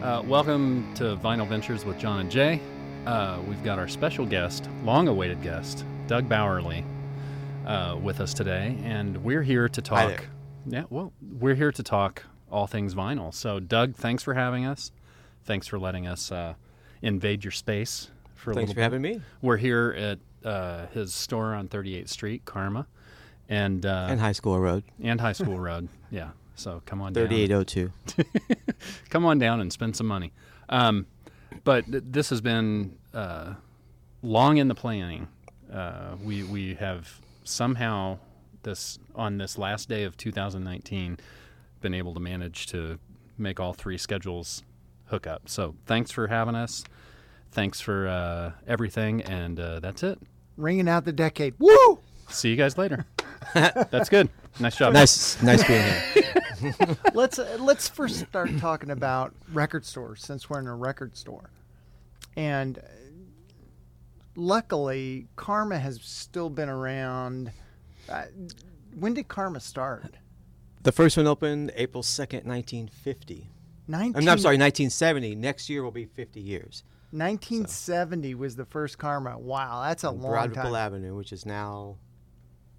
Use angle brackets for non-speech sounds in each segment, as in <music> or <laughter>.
Uh, Welcome to Vinyl Ventures with John and Jay. Uh, we've got our special guest, long awaited guest, Doug Bowerly, uh, with us today. And we're here to Hi talk. Yeah, well, we're here to talk all things vinyl. So, Doug, thanks for having us. Thanks for letting us uh, invade your space for a Thanks little for having me. We're here at uh, his store on 38th Street, Karma, and uh, And and, High School Road, High School Road. <laughs> Yeah, so come on down. <laughs> 3802. Come on down and spend some money. Um, but th- this has been uh, long in the planning. Uh, we we have somehow this on this last day of 2019 been able to manage to make all three schedules hook up. So thanks for having us. Thanks for uh, everything, and uh, that's it. ringing out the decade. Woo! See you guys later. That's good. Nice job. nice, nice being here. let's uh, let's first start talking about record stores since we're in a record store, and uh, luckily Karma has still been around. Uh, when did Karma start? <laughs> The first one opened April 2nd, 1950. I'm, 19, I'm sorry, 1970. Next year will be 50 years. 1970 was the first Karma. Wow, that's a long Broad time. Ripple Avenue, which is now.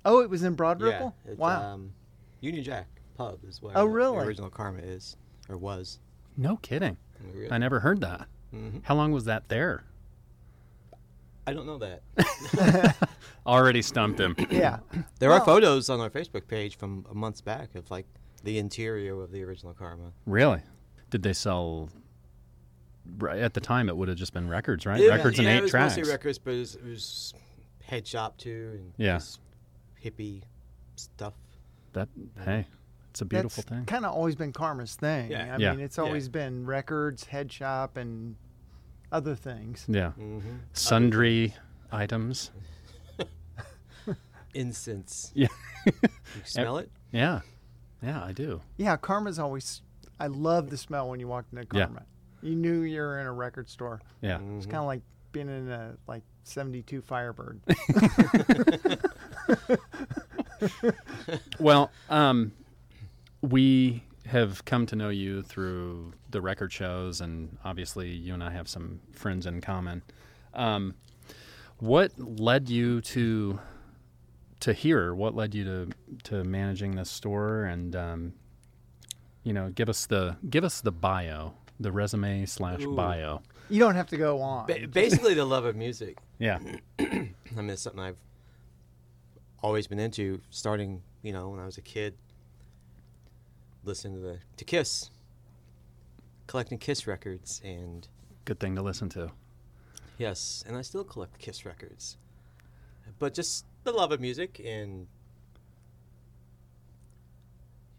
Oh, it was in Broad Ripple. Yeah, it's, wow. Um, Union Jack Pub is where Oh, the- really? the original Karma is, or was. No kidding. Really? I never heard that. Mhm. How long was that there? I don't know <laughs> that. <laughs> Already stumped him. yeah. There are Well- photos on our Facebook page from uh, months back of like the interior of the original Karma. really? Did they sell? Right, At the time, it would have just been records, right? Yeah, records yeah, and it eight was tracks. Mostly records, but it was, it was head shop too, and Yeah. just hippie stuff. That hey, it's a beautiful That's thing. Kind of always been Karma's thing. Yeah. I Yeah. mean, it's Yeah. always been records, head shop, and other things. yeah, Mm-hmm. sundry items. Incense. <laughs> Yeah, You smell <laughs> it? yeah, yeah. I do. Yeah, Karma's always. I love the smell when you walked into Yeah. Karma. You knew you were in a record store. Yeah, It's kind of like being in a like '72 Firebird. Well, um, we have come to know you through the record shows, and obviously, you and I have some friends in common. Um, what led you to to here? What led you to to managing this store? And um, you know, give us the give us the bio, the resume slash Ooh. bio. you don't have to go on. Ba- basically, the love of music. Yeah, I mean, it's something I've always been into. Starting, you know, when I was a kid, listening to the to Kiss, collecting Kiss records, and good thing to listen to. Yes, and I still collect Kiss records. But just the love of music and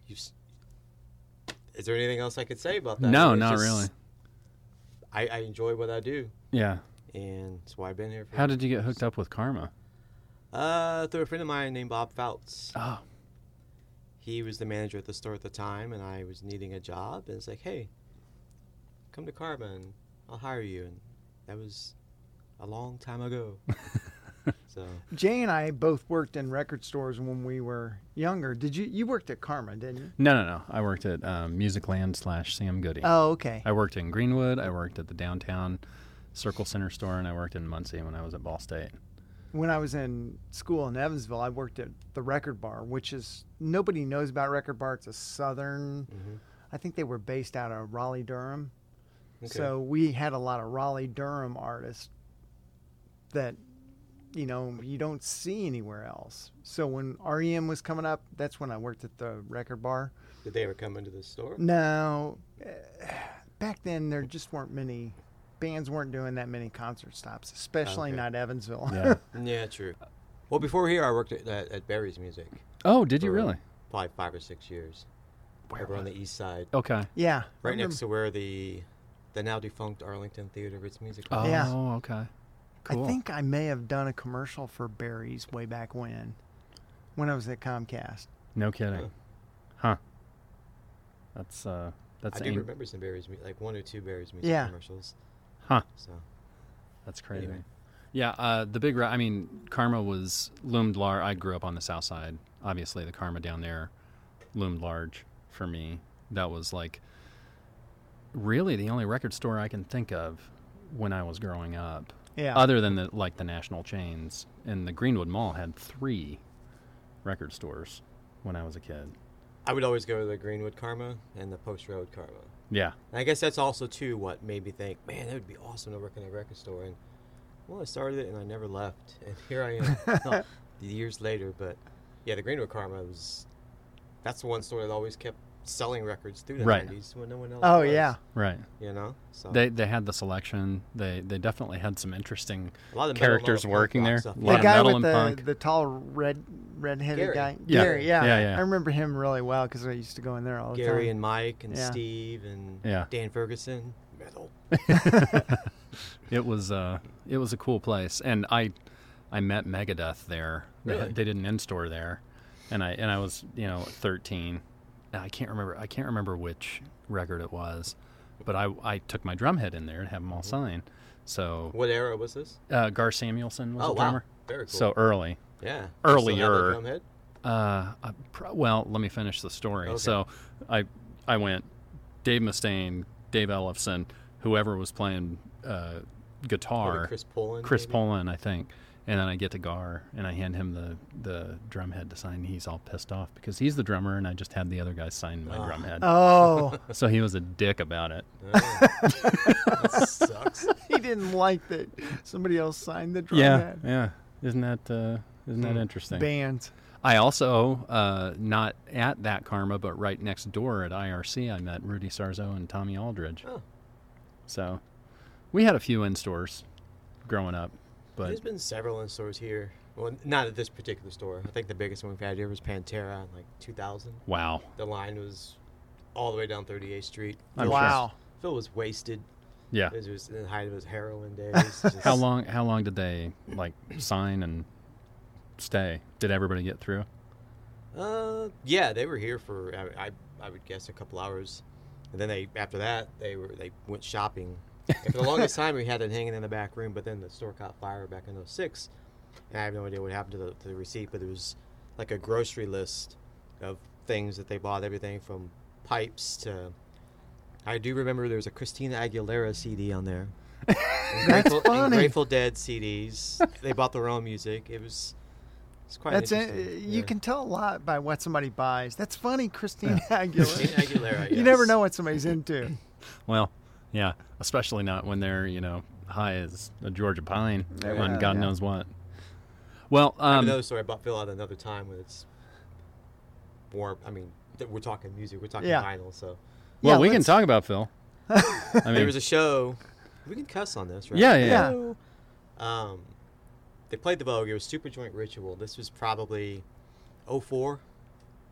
you s- Is there anything else I could say about that? no, It's not just- really. I, I enjoy what I do, Yeah. and that's why I've been here. For, How did you get hooked up with Karma? uh, through a friend of mine named Bob Fouts. Oh, He was the manager at the store at the time, and I was needing a job. And it's like, hey, come to Karma, and I'll hire you. And that was a long time <laughs> ago. so Jay and I both worked in record stores when we were younger. Did you? You worked at Karma, didn't you? no, no, no. I worked at um, Musicland slash Sam Goody. Oh, okay. I worked in Greenwood. I worked at the downtown Circle Center store, and I worked in Muncie when I was at Ball State. When I was in school in Evansville, I worked at the Record Bar, which is nobody knows about Record Bar. It's a southern. I think they were based out of Raleigh, Durham. okay. So we had a lot of Raleigh Durham artists that you know you don't see anywhere else. So when REM was coming up, that's when I worked at the record bar. Did they ever come into the store? Now, eh, back then there just weren't many bands weren't doing that many concert stops, especially Okay. not Evansville. Yeah. Yeah, true. Well, before here, I worked at, at, at Barry's Music. oh, did you for really? Probably five or six years. over on the east side, Okay. <laughs> yeah. right next to where the the now defunct Arlington Theater of its music. Oh, was. Yeah. okay. I Cool. think I may have done a commercial for Barry's way back when, when I was at Comcast. no kidding. Huh. Huh. That's uh, that's I do an- remember some Barry's mu- like one or two Barry's music Yeah. commercials. Huh. So that's crazy. Anyway. Yeah. Uh, the big. Ri- I mean, Karma was loomed large. I grew up on the South Side. Obviously, the Karma down there loomed large for me. That was like really the only record store I can think of when I was growing up, Yeah. Uh, other than the like the national chains. And the Greenwood Mall had three record stores when I was a kid. I would always go to the Greenwood Karma and the Post Road Karma. Yeah, And I guess that's also too what made me think, man, that would be awesome to work in a record store. And well, I started it and I never left, <laughs> and here I am <laughs> well, years later. But yeah, the Greenwood Karma was that's the one store that always kept selling records through the Right. 90s when no one else. oh was, yeah. right. you know, so They they had the selection. They they definitely had some interesting a lot of the metal, characters metal punk working rock there. stuff. A The lot guy of metal with and the, punk. the tall red red-headed Gary. guy. Yeah. Gary, yeah. Yeah, yeah. I remember him really well because I used to go in there all the Gary time. and Mike and Yeah. Steve and Yeah. Dan Ferguson. Metal. <laughs> It was uh, it was a cool place, and I I met Megadeth there. They, Really? they did an in store there, and I and I was you know 13. And I can't remember I can't remember which record it was, but I I took my drumhead in there and had them all sign. So What era was this? uh, Gar Samuelson was oh a wow, drummer. very cool. So early. yeah, earlier. So Uh, I pro- well, let me finish the story. Okay. So, I I went Dave Mustaine, Dave Ellefson, whoever was playing uh, guitar, Chris Poland. Chris maybe? Poland, I think. And then I get to Gar and I hand him the the drum head to sign. and He's all pissed off because he's the drummer and I just had the other guy sign my Ah. drum head. <laughs> Oh, So he was a dick about it. Oh. that <laughs> sucks. he didn't like that somebody else signed the drum yeah, head. yeah. Isn't that uh, isn't that interesting? Band. I also uh, not at that Karma, but right next door at IRC, I met Rudy Sarzo and Tommy Aldridge. Oh. So we had a few in stores growing up, but There's been several in stores here. Well, not at this particular store. I think the biggest one we've had here was Pantera in like 2000. wow, The line was all the way down 38th Street. I'm Phil- sure. wow. Phil was wasted. yeah. It was in the height of his <laughs> heroin days. Just- How long? How long did they like sign and stay? Did everybody get through? Uh, yeah, they were here for I, I, I would guess a couple hours, and then they after that they were they went shopping. And for the <laughs> longest time, we had it hanging in the back room, but then the store caught fire back in 06, and I have no idea what happened to the, to the receipt. But there was like a grocery list of things that they bought, everything from pipes to. I do remember there was a Christina Aguilera CD on <laughs> there. And That's Grateful, and funny. Grateful Dead CDs. They bought their own music. It was. It's quite That's it. interesting. You Yeah. can tell a lot by what somebody buys. That's <laughs> funny, Christina Aguilera. Christina Aguilera, <laughs> You never yes. know what somebody's <clears throat> into. Well, yeah, especially not when they're you know high as a Georgia pine Yeah, on God yeah. knows what. Well, um, another story about Phil at another time when it's warm. I mean, th- we're talking music, we're talking Yeah. vinyl. So well, Yeah, we can let's- talk about Phil. I <laughs> there mean, was a show. We can cuss on this, right? Yeah, yeah, yeah. Yeah. Um, they played the Vogue. It was Super Joint Ritual. This was probably 04,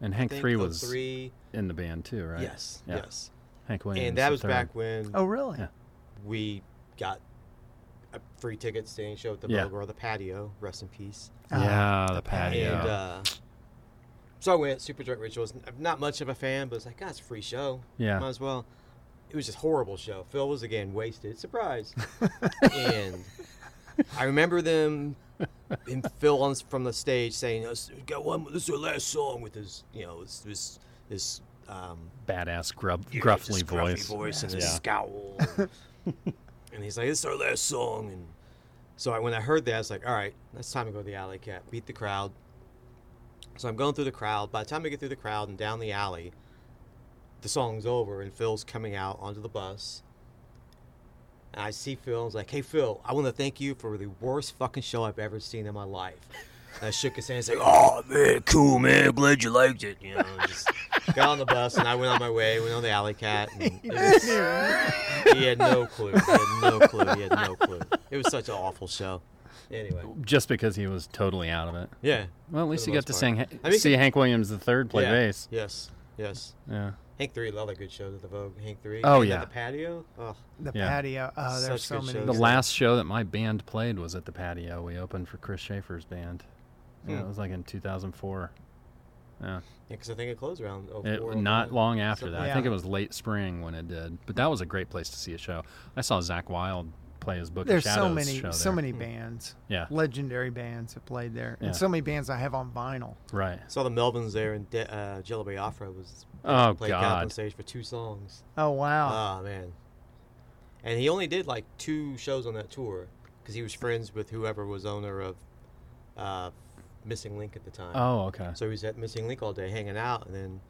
and I Hank think. Three was 03. in the band too, right? Yes, Yeah. yes. Hank Williams. And that the was third. back when Oh, really? Yeah. we got uh, free tickets to any show at the Yeah. Vogue or the patio. Rest in peace. Ah, yeah, the patio. And uh, so I went. Super Joint Rituals. I'm not much of a fan, but it's like, God, it's a free show. yeah. Might as well. It was just horrible show. Phil was again <laughs> wasted. Surprise. and I remember them and Phil on, from the stage saying, "Let's go one. This is our last song with his, you know, this this this um, Badass grub, you know, gruffly this voice. voice and his Yeah. scowl." and he's like, "This is our last song." And so I, when I heard that, I was like, "All right, that's time to go to the alley cat, beat the crowd." So I'm going through the crowd. By the time I get through the crowd and down the alley, the song's over and Phil's coming out onto the bus. And I see Phil. I was like, "Hey, Phil, I want to thank you for the worst fucking show I've ever seen in my life." And I shook his hand. He's like, "Oh man, cool man. Glad you liked it." You know, just got on the bus and I went on my way. Went on the alley cat. And it was- he had no clue. He had no clue. He had no clue. It was such an awful show. Anyway, Just because he was totally out of it. yeah. Well, at least the you got most to part. sing, I mean, see Hank Williams the third play yeah. bass. Yes. Yes. Yeah. Hank Three, another good show to the Vogue. Hank Three. Oh, And at yeah. the patio. Oh, The Yeah. patio. Oh, there's Such so good many. shows. The Exactly. last show that my band played was at the patio. We opened for Chris Schaefer's band. Yeah, Hmm. it was like in 2004. Yeah, because I think it closed around. Oh, it, not long after that. I Yeah. think it was late spring when it did. But that was a great place to see a show. I saw Zach Wild play his Book There's of so Shadows many, show so there. many bands, Yeah, legendary bands that played there, Yeah. and so many bands I have on vinyl. right. Saw the Melvins there, and De- uh, Jello Biafra was Oh played Goblin God, Stage for two songs. Oh wow! Ah man, and he only did like two shows on that tour because he was friends with whoever was owner of uh, Missing Link at the time. oh okay. So he was at Missing Link all day hanging out, and then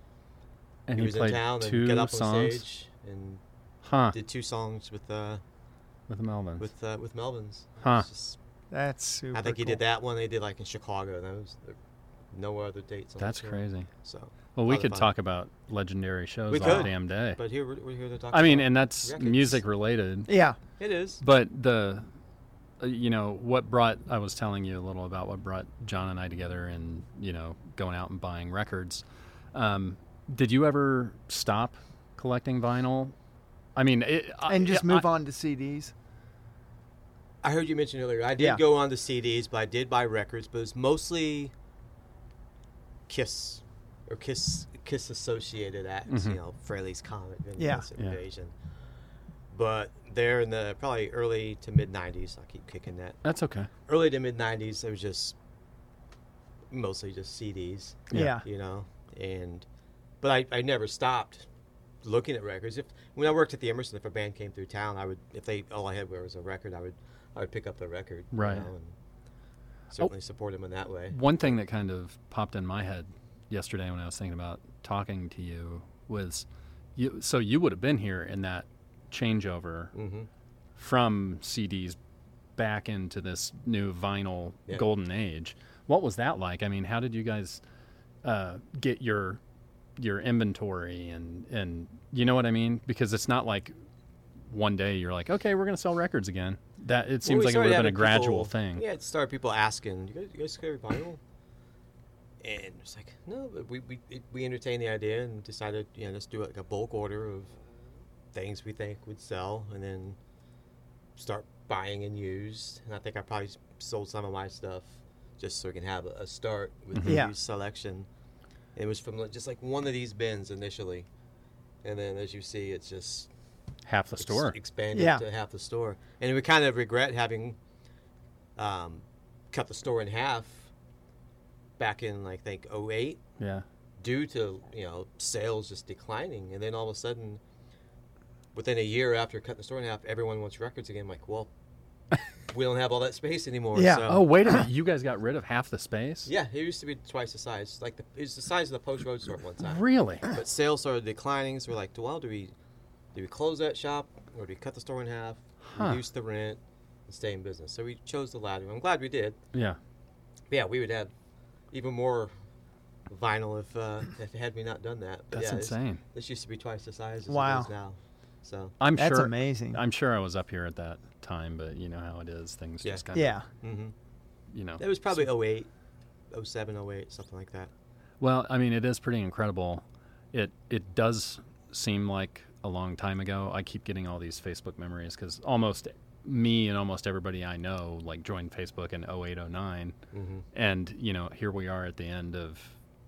And he he, was in played town two and got up on songs, stage and huh? did two songs with uh, With the Melvins, with uh, with Melvins. huh? It's just- That's super. I think he cool. did that one. They did like in Chicago. and That was there- no other dates. On the That's tour, crazy. So, Well, we Other could fun. talk about legendary shows We all could. damn day. but here we're, we're here to talk. I mean, about and that's records. music related. Yeah, it is. But the, uh, you know, what brought, I was telling you a little about what brought John and I together and, you know, going out and buying records. Um, did you ever stop collecting vinyl? I mean, it, I- and just Uh, I- move on to CDs. I heard you mention earlier. I did Yeah. go on to CDs, but I did buy records. But it's mostly Kiss or Kiss Kiss associated acts. Mhm. You know, Fraley's Comet, Vinyl's Mm-hmm. Yeah. Yeah. Invasion. But there in the probably early to mid '90s, I keep kicking that. That's okay. Early to mid '90s, it was just mostly just CDs. Yeah. Yeah, you know and but I, I never stopped looking at records if when i worked at the emerson if a band came through town i would if they all i had was a record i would i would pick up the record you Right. know, and certainly support them in that way One thing that kind of popped in my head yesterday when I was thinking about talking to you was you, so you would have been here in that changeover mm-hmm. from CDs back into this new vinyl Yeah. golden age. What was that like? I mean, how did you guys uh, get your your inventory and and you know what I mean? Because it's not like one day you're like, okay, we're gonna sell records again. That it seems like it would have been a gradual thing. yeah it started people asking you guys, you guys carry vinyl and it's like no but we we, it- we entertained the idea and decided you know let's do like a bulk order of things we think would sell and then start buying and used. And I think I probably s- sold some of my stuff just so we can have a, a start with Mm-hmm. the Mhm. Yeah. used selection. It was from like, just like one of these bins initially. And then as you see, it's just Half the ex- store. expanded Yeah. to half the store. And we kind of regret having um, cut the store in half back in, I think, 08 yeah. due to you know sales just declining, and then all of a sudden, within a year after cutting the store in half, everyone wants records again. I'm like, <laughs> well, we don't have all that space anymore. Yeah. So. Oh wait a minute! You guys got rid of half the space. Yeah, it used to be twice the size. Like the, it was the size of the post road store at one time. Really? But sales started declining, so we're like, well, do we do we close that shop or do we cut the store in half, Huh. reduce the rent, and stay in business? So we chose the latter. I'm glad we did. Yeah. But yeah, we would have even more vinyl if uh, if had we not done that. But That's yeah, it's- insane. This used to be twice the size as Wow. it is now. So, I'm that's sure. amazing. I'm sure I was up here at that time, but you know how it is. Things Yeah. just kind of. yeah, mm-hmm. You know. it was probably 08, 07, 08, something like that. Well, I mean, it is pretty incredible. It it does seem like a long time ago. I keep getting all these Facebook memories because almost me and almost everybody I know like joined Facebook in 0809, Mm-hmm. and you know here we are at the end of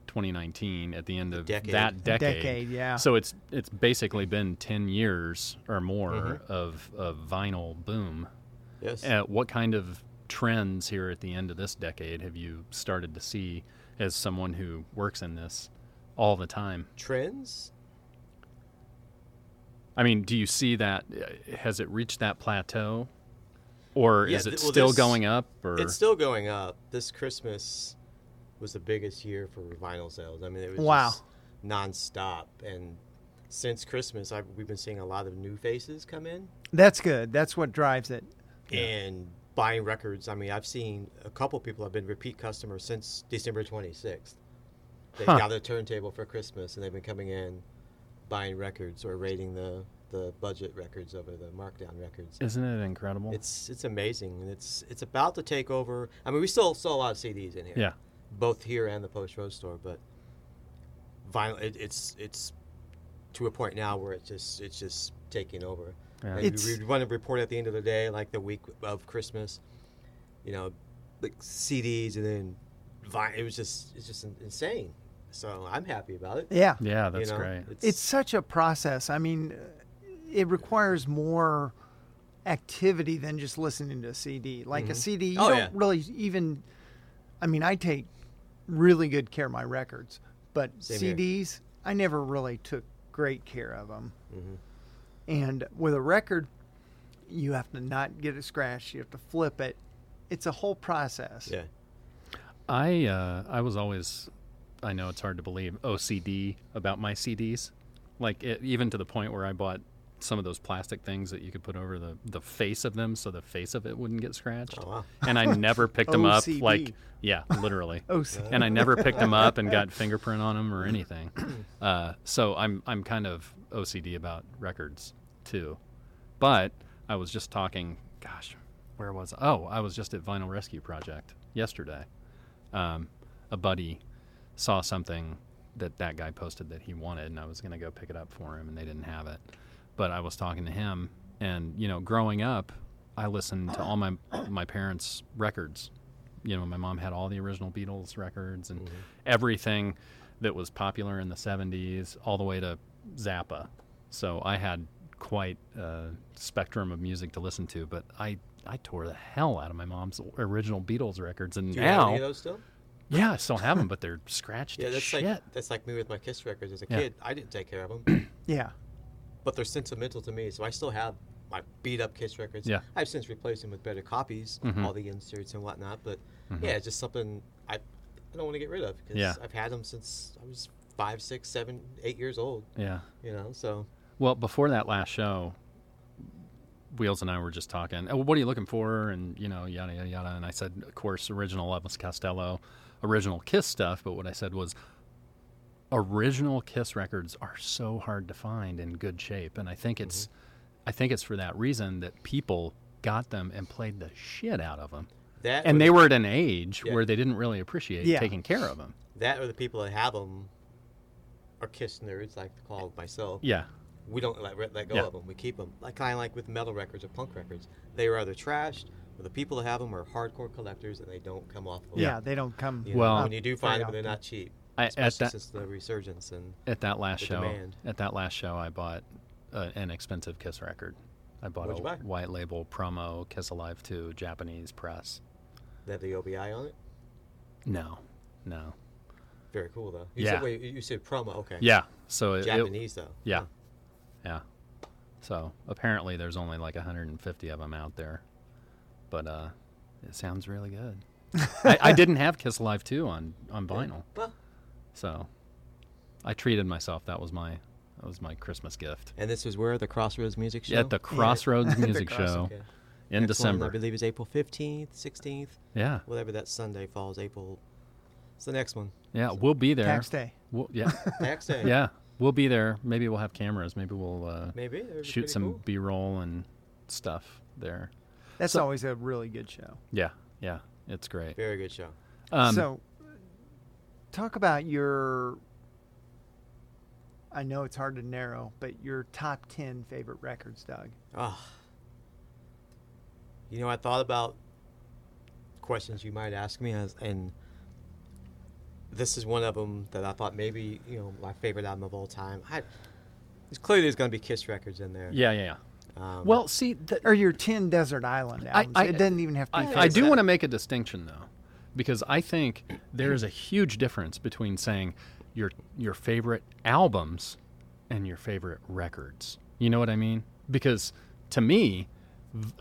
2019, at the end of Decade. that decade. decade. Yeah, So it's it's basically been 10 years or more Mhm. of of vinyl boom. Yes. Uh, what kind of trends here at the end of this decade have you started to see as someone who works in this all the time? Trends? I mean, do you see that? uh, Has it reached that plateau, or Yeah, is it th- well, still there's- going up? Or It's still going up. This Christmas was the biggest year for vinyl sales. I mean, it was Wow. just nonstop. And since Christmas, I've, we've been seeing a lot of new faces come in that's good. That's what drives it. Yeah. and buying records. I mean, I've seen a couple people have been repeat customers since December 26th. They Huh. got their turntable for Christmas, and they've been coming in, buying records or rating the the budget records over the markdown records. isn't it incredible? It's it's amazing, and it's it's about to take over. I mean, we still sell a lot of CDs in here, yeah, both here and the Post Road store, but vinyl. It, it's it's to a point now where it's just it's just taking over. yeah. Like, It's- we would want to report at the end of the day, like the week of Christmas, you know, like CDs and then vi- it was just it's just in- insane. So I'm happy about it. Yeah, Yeah, you that's know? great. It's, it's such a process. I mean, it requires more activity than just listening to a CD. Like a CD, you Oh, don't yeah. really even. I mean, I take really good care of my records, but Same here. CDs, I never really took great care of them. Mm-hmm. And with a record, you have to not get it scratched. You have to flip it. It's a whole process. Yeah. I uh, I was always, I know it's hard to believe, OCD about my CDs. Like it, even to the point where I bought some of those plastic things that you could put over the, the face of them so the face of it wouldn't get scratched. Oh wow. And I never picked them up. OCD. Like yeah, literally. Oh, see, and I never picked them up and got fingerprint on them or anything. Uh, so I'm I'm kind of OCD about records too. But I was just talking. Gosh, where was I? Oh, I was just at Vinyl Rescue Project yesterday. Um, a buddy saw something that that guy posted that he wanted, and I was gonna go pick it up for him, and they didn't have it. But I was talking to him, and you know, growing up, I listened to all my my parents' records you know, my mom had all the original Beatles records and everything that was popular in the 70s, all the way to Zappa. So I had quite a spectrum of music to listen to, but I, I tore the hell out of my mom's original Beatles records. And Do you have any of now, those still? yeah, I still have them, but they're scratched <laughs> Yeah, to that's shit. like that's like me with my Kiss records as a Yeah. kid. I didn't take care of <clears throat> them, yeah. but they're sentimental to me, so I still have my beat up Kiss records. Yeah. I've since replaced them with better copies, Mhm. all the inserts and whatnot. But yeah, it's just something I I don't want to get rid of because Mm-hmm. Yeah. I've had them since I was five, six, seven, eight years old. yeah. You know, so Well, before that last show, Wheels and I were just talking. Oh, what are you looking for? And you know, yada yada yada. And I said, of course, original Elvis Costello, original Kiss stuff. But what I said was, original Kiss records are so hard to find in good shape, and I think it's, Mm-hmm. I think it's for that reason that people got them and played the shit out of them. that And or, they were at an age Yeah. where they didn't really appreciate Yeah. taking care of them. that or the people that have them are Kiss nerds, like to Eh. call myself. Yeah, we don't let, let go Yeah. of them. We keep them. Like kind of like with metal records or punk records, they are either trashed, or the people that have them are hardcore collectors, and they don't come off. Of Yeah. They don't come. You know, Well- when you do Very find them, they're often. not cheap. I, at especially that since the resurgence and At that last the show, demand. at that last show, I bought uh, an expensive Kiss record. I bought What'd a you buy? white label promo Kiss Alive 2 Japanese press. they have the OBI on it. No, no, Very cool though. You Yeah. Said, wait, you said promo. Okay. yeah. So it, it- Japanese though. yeah, Huh. yeah. So apparently, there's only like 150 of them out there, but uh, it sounds really good. I, I didn't have Kiss Alive 2 on on vinyl, Well, so I treated myself. That was my that was my Christmas gift and this is where the Crossroads Music Show. at the Crossroads The Music Crossroads, Show Okay. in Next one, I December. believe is April fifteenth, sixteenth, Yeah. whatever that Sunday falls. April. It's the next one. Yeah, we'll be there. Tax day. We'll, <laughs> yeah, Next day. <laughs> yeah, we'll be there. Maybe we'll have cameras. Maybe we'll uh, Maybe. that'd be pretty shoot some cool. B-roll and stuff there. That's So- always a really good show. Yeah, yeah, it's great. Very good show. Um, so, talk about your. I know it's hard to narrow, but your top ten favorite records, Doug. Ah. You know, I thought about questions you might ask me, as, and this is one of them that I thought maybe, you know, my favorite album of all time. I, it's clearly there's going to be Kiss records in there. yeah, yeah, yeah. Um, Well, see, th- Or your ten Desert Island albums. I- it doesn't even have to be. I, I favorite. do want to make a distinction though, because I think there is a huge difference between saying your your favorite albums and your favorite records. You know what I mean? Because to me, v-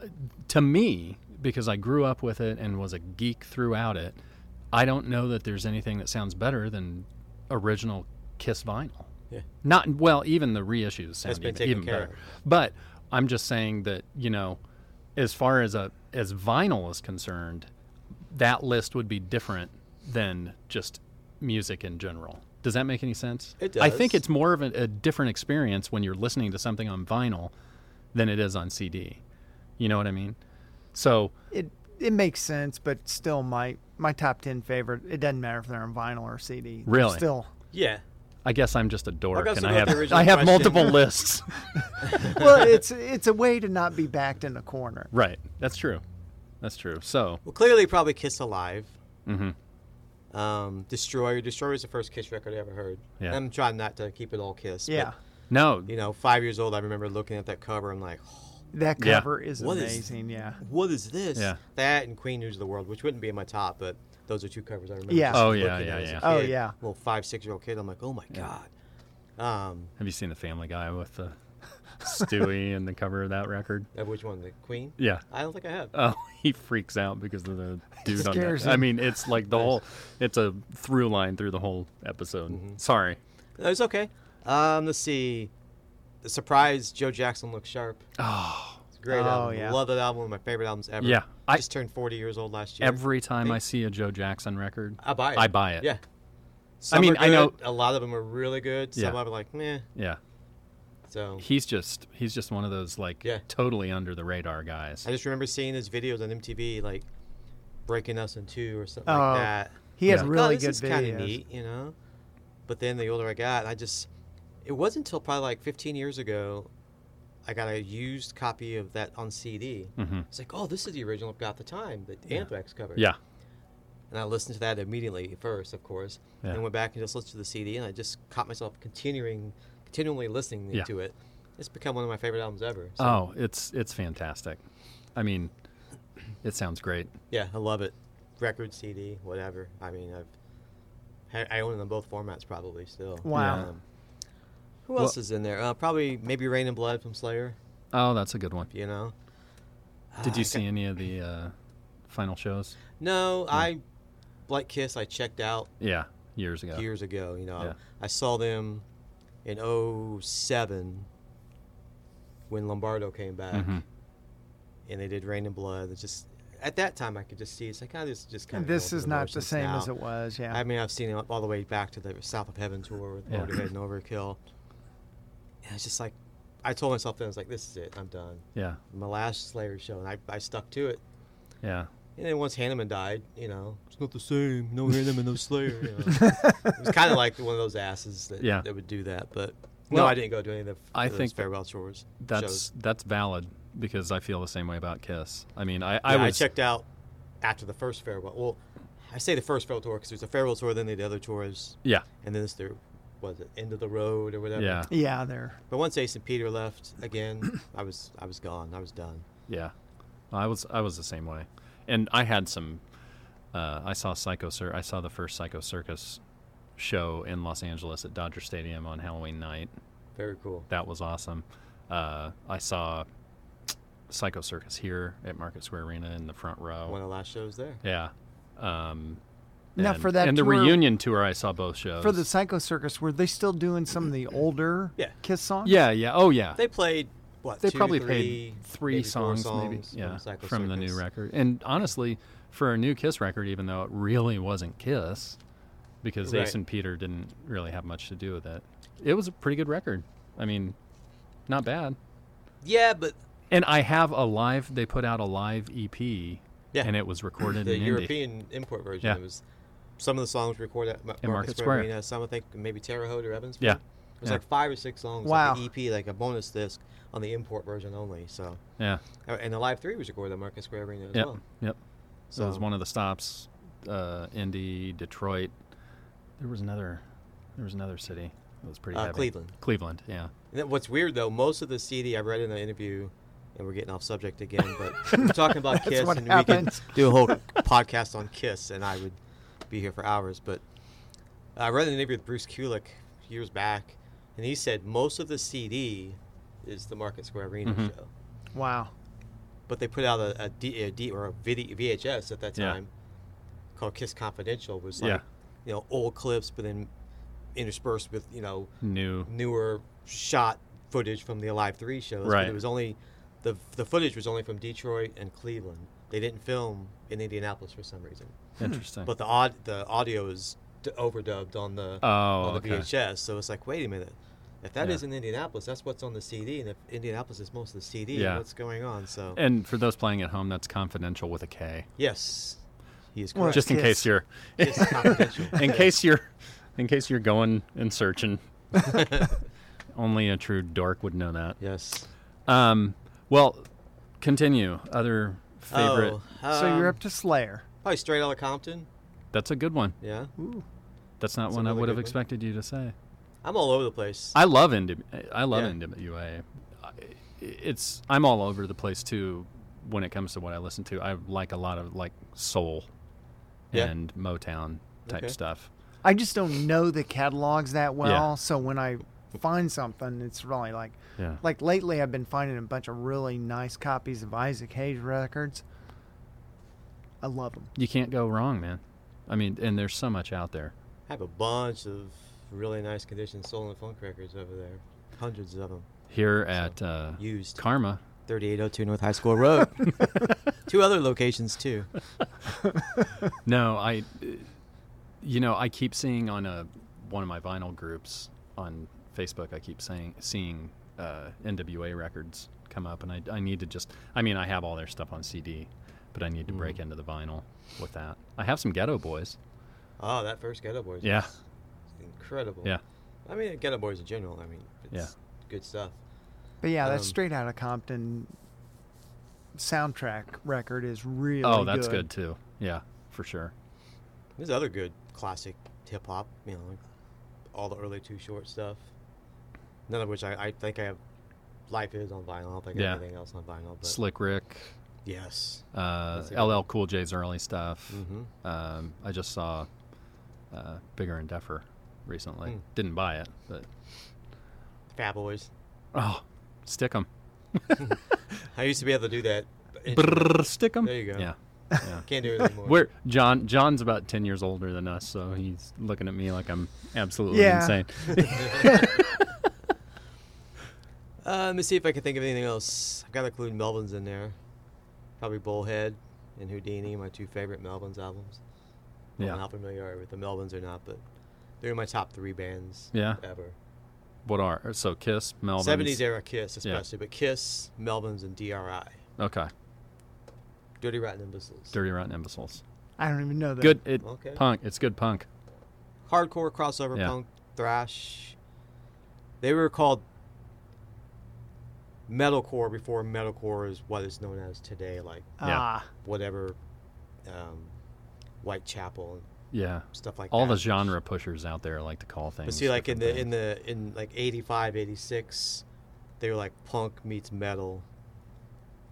to me, because I grew up with it and was a geek throughout it, I don't know that there's anything that sounds better than original Kiss vinyl. Yeah. Not well, even the reissues sound been even, taken even care better. of. But I'm just saying that you know, as far as a as vinyl is concerned, that list would be different than just music in general. Does that make any sense? It I think does. it's more of a, a different experience when you're listening to something on vinyl than it is on CD. You know what I mean? So It it makes sense, but still, my my top ten favorite. It doesn't matter if they're on vinyl or CD. They're Really? <laughs> Still, yeah. I guess I'm just a dork, gotta and say I about have the original I have question. <laughs> multiple lists. well, it's it's a way to not be backed in a corner. Right. That's true. That's true. So Well, clearly, probably Kiss Alive. Mhm. Um, Destroyer. Destroyer is the first Kiss record I ever heard. Yeah. I'm trying not to keep it all Kiss. but Yeah. no, you know, five years old, I remember looking at that cover. I'm like, oh, That Yeah. cover is What is- amazing. yeah. What is this? Yeah. That and Queen News of the World, which wouldn't be in my top, but those are two covers I remember. Yeah. just Oh, yeah, looking at yeah, as a yeah. Oh, kid. yeah. Little five, six year old kid. I'm like, oh my god. Um, Have you seen the Family Guy with the Stewie and the cover of that record? uh, which one? The Queen? Yeah. I don't think I have. Oh, <laughs> he freaks out because of <laughs> the dude on scares that. I him. mean, it's like the <laughs> whole, it's a through line through the whole episode. Mm-hmm. Sorry. No, it's okay. Um, let's see. The surprise. Joe Jackson looks sharp. Oh, <sighs> It's a great Oh, album. yeah. Love that album. One of my favorite albums ever. Yeah, I- just turned 40 years old last year. every time I see a Joe Jackson record, I buy it. I buy it. Yeah. I mean, are I know- good, a lot of them are really good. Some Yeah. of them are like, meh. yeah. So He's just he's just one of those like Yeah. totally under the radar guys. I just remember seeing his videos on MTV, like breaking us in two or something Oh, like that. He had Yeah. Like, really oh, good this is kind videos. of neat, you know. But then the older I got, I just it wasn't until probably like 15 years ago I got a used copy of that on CD. hmm It's like, oh, this is the original I've got the time, the Anthrax cover. Yeah, And I listened to that immediately first, of course, Yeah. and went back and just listened to the CD, and I just caught myself continuing, continually listening Yeah. to it. It's become one of my favorite albums ever. So, Oh, it's it's fantastic. I mean, it sounds great. Yeah, I love it. Record, CD, whatever. I mean, I've had, I own them both formats probably still. Wow. Yeah. Um, who else is in there? Uh, probably maybe Rain and Blood from Slayer. Oh, that's a good one. You know. Did Ah, you I see any of the uh, final shows? got- no, I like Kiss. I checked out Yeah, years ago. years ago. You know, Yeah. I saw them in 07 when Lombardo came back, Mhm. and they did Rain and Blood. It's just at that time I could just see it's like, oh, this is just kind of This is not the same as it was. Yeah. <laughs> I mean, I've seen it all the way back to the South of Heaven tour with Yeah. Motorhead and Overkill. And it's just like, I told myself then, I was like, this is it. I'm done. Yeah, My last Slayer show, and I, I stuck to it. yeah. And then once Hanneman died, you know, it's not the same. No Hanneman, no Slayer. You know. <laughs> it was kind of like one of those asses that, Yeah. that would do that. But Well, no, I didn't go to any of the I those think farewell tours. That's shows. that's valid because I feel the same way about Kiss. I mean, I Yeah, I was checked out after the first farewell. Well, I say the first farewell tour because there's a farewell tour, then they did other tours, yeah and then it's their was it end of the road or whatever. yeah yeah, there. But once Ace and Peter left again, I was I was gone. I was done. yeah. I was I was the same way, and I had some. Uh, I saw Psycho Cir- I saw the first Psycho Circus show in Los Angeles at Dodger Stadium on Halloween night. Very cool. That was awesome. Uh, I saw Psycho Circus here at Market Square Arena in the front row. One of the last shows there. Yeah. Um, Now and- for that and the tour- reunion tour, I saw both shows. For the Psycho Circus, were they still doing some of the older Yeah. Kiss songs? yeah, yeah, oh yeah. They played what? They two, probably three, played three maybe four songs, maybe, songs yeah, Psycho from the new Circus. record. And honestly, for a new Kiss record, even though it really wasn't Kiss, because Ace Right. and Peter didn't really have much to do with it, it was a pretty good record. I mean, not bad. Yeah, but And I have a live. They put out a live EP, Yeah. and it was recorded the in Indy. European import version Yeah. it was some of the songs were recorded at Ma- Market, Market Square, Square. Arena. Some I think maybe Terre Haute or Evansville. Yeah. It was Yeah. like five or six songs. like Wow. an EP, like a bonus disc on the import version only. So Yeah, uh, and the live three was recorded at Market Square Arena as yep, well. yep. So it was So- one of the stops. Uh, Indy, Detroit. There was another. There was another city. It was pretty Uh, heavy. Cleveland. Cleveland. Yeah. And then what's weird though, most of the CD I read in the interview, and we're getting off subject again, but we're talking about <laughs> That's Kiss, what and happens. we could do <laughs> a whole podcast on Kiss, and I would be here for hours. But I read an interview with Bruce Kulick years back, and he said most of the CD is the Market Square Arena Mhm. show, Wow. but they put out a, a, D, a D or a VD, VHS at that Yeah. time called Kiss Confidential, was like Yeah. you know old clips, but then interspersed with you know New. newer shot footage from the Alive Three shows. But Right. it was only the the footage was only from Detroit and Cleveland. They didn't film in Indianapolis for some reason. Interesting. Hmm. But the odd the audio is d- overdubbed on the oh, on the okay. VHS. So it's like, wait a minute. If that Yeah. not Indianapolis, that's what's on the CD, and if Indianapolis is most of the CD, Yeah. what's going on? So And for those playing at home, that's confidential with a K. yes, he is Well, correct. Just in Kiss. case you're, Kiss is confidential. <laughs> in Yeah. case you're, in case you're going and <laughs> searching. Only a true dork would know that. yes. Um, well, continue. Other favorite. Oh, so you're um, up to Slayer. probably straight out of Compton. That's a good one. Yeah, Ooh. That's not That's one I another would have good one. expected you to say. I'm all over the place. I love Indib- I love Yeah. NWA. I- it's I'm all over the place too when it comes to what I listen to. I like a lot of like soul Yeah. and Motown type Okay. stuff. I just don't know the catalogs that well, Yeah. so when I find something, it's really like Yeah. like lately I've been finding a bunch of really nice copies of Isaac Hayes records. I <laughs> love them. You can't go wrong, man. I mean, and there's so much out there. I have a bunch of really nice condition soul and funk records over there. Hundreds of them. Here at uh, Used. <laughs> Karma, 3802 North High School Road. <laughs> Two other locations, too. No, I, you know, I keep seeing on a one of my vinyl groups on Facebook. I keep saying seeing uh, NWA records come up, and I, I need to just. I mean, I have all their stuff on CD, but I need to Mm. break into the vinyl with that. I have some Ghetto Boys. Oh, that first Ghetto Boys. Yeah. was Incredible. Yeah. I mean, Ghetto Boys in general. I mean, it's good stuff. But yeah, that Um, Straight Outta Compton soundtrack record is really oh, that's good. too. Yeah, for sure. There's other good classic hip hop, you know, like all the early Two Short stuff. None of which I, I think I have. Life is on vinyl. I don't think I have Yeah. anything else on vinyl. But Slick Rick, yes. uh, That's a good LL Cool J's early stuff. Mm-hmm. Um, I just saw uh, Bigger and Deffer recently. Hmm. Didn't buy it, but Fat Boys. oh, stick 'em. I used to be able to do that. but it- Brrr, stick 'em. There you go. Yeah. yeah. Can't do it anymore. <laughs> We're John. John's about ten years older than us, so he's looking at me like I'm absolutely Yeah. <laughs> insane. Uh, let me see if I can think of anything else. I've got to include Melvin's in there. Probably Bullhead and Houdini, my two favorite Melvin's albums. Yeah. I'm not familiar with the Melvin's or not, but they're my top three bands Yeah. ever. What are so Kiss, Melvin? 70s era Kiss, Yeah. especially, but Kiss, Melvin's, and DRI. Okay. Dirty Rotten Imbeciles. Dirty Rotten Imbeciles. I don't even know that. Good. It Okay. punk. It's good punk. Hardcore crossover Yeah. punk thrash. They were called metalcore before metalcore is what is known as today, like Yeah. Ah, whatever um, Whitechapel and Yeah. stuff like All that. the genre pushers out there like to call things. But see, like in the in different the in like 85, 86, they were like punk meets metal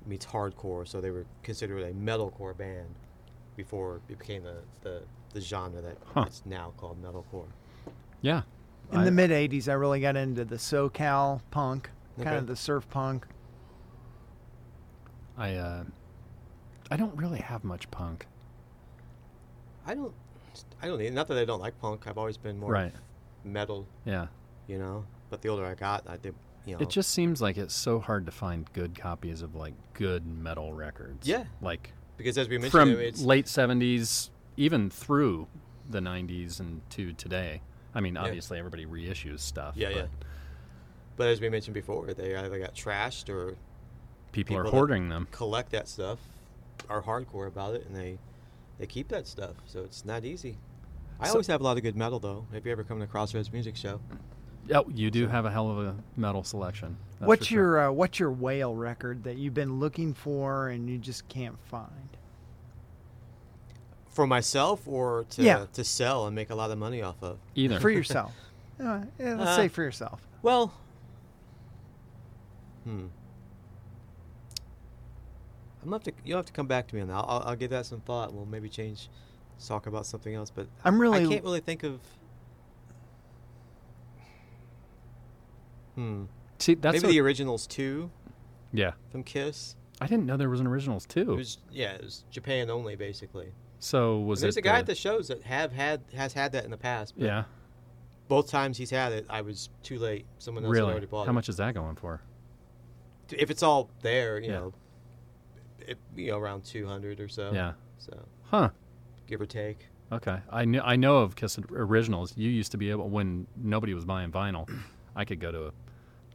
meets hardcore, so they were considered a metalcore band before it became the the, the genre that Huh. it's now called metalcore. things. yeah. in I- the mid '80s, I really got into the SoCal punk, kind Okay. of the surf punk. I uh, I don't really have much punk. I don't, I don't not that I don't like punk. I've always been more Right. metal, Yeah. you know. But the older I got, I did, you know. It just seems like it's so hard to find good copies of like good metal records. Yeah. Like because as we mentioned, from it's late 70s even through the 90s and to today i mean obviously everybody reissues stuff Yeah, yeah. but But as we mentioned before, they either got trashed or people, are People that- hoarding them collect that stuff, are hardcore about it, and they they keep that stuff. So it's not easy. I So- always have a lot of good metal though. If you ever come to Crossroads Music Show, oh you do have a hell of a metal selection that's for what's sure. your uh, what's your whale record that you've been looking for and you just can't find? for myself or to Yeah. to sell and make a lot of money off of. either For <laughs> yourself. Uh, yeah, let's Uh, say for yourself. Well, hmm. I'm gonna have to. You'll have to come back to me on that. I'll, I'll, I'll give that some thought. We'll maybe change, let's talk about something else. But I- I'm really- I can't really think of. Hmm. see that's maybe what- the originals too yeah from Kiss. i didn't know there was an originals too It was yeah, it was Japan only basically. so was There's it a guy the- at the shows that have had has had that in the past. But yeah Both times he's had it, I was too late. Someone else had really already bought how it. much is that going for If it's all there, you Yeah. know, it you know around 200 or so. yeah So huh give or take. okay i knew i know of kiss originals you used to be able when nobody was buying vinyl <clears throat> i could go to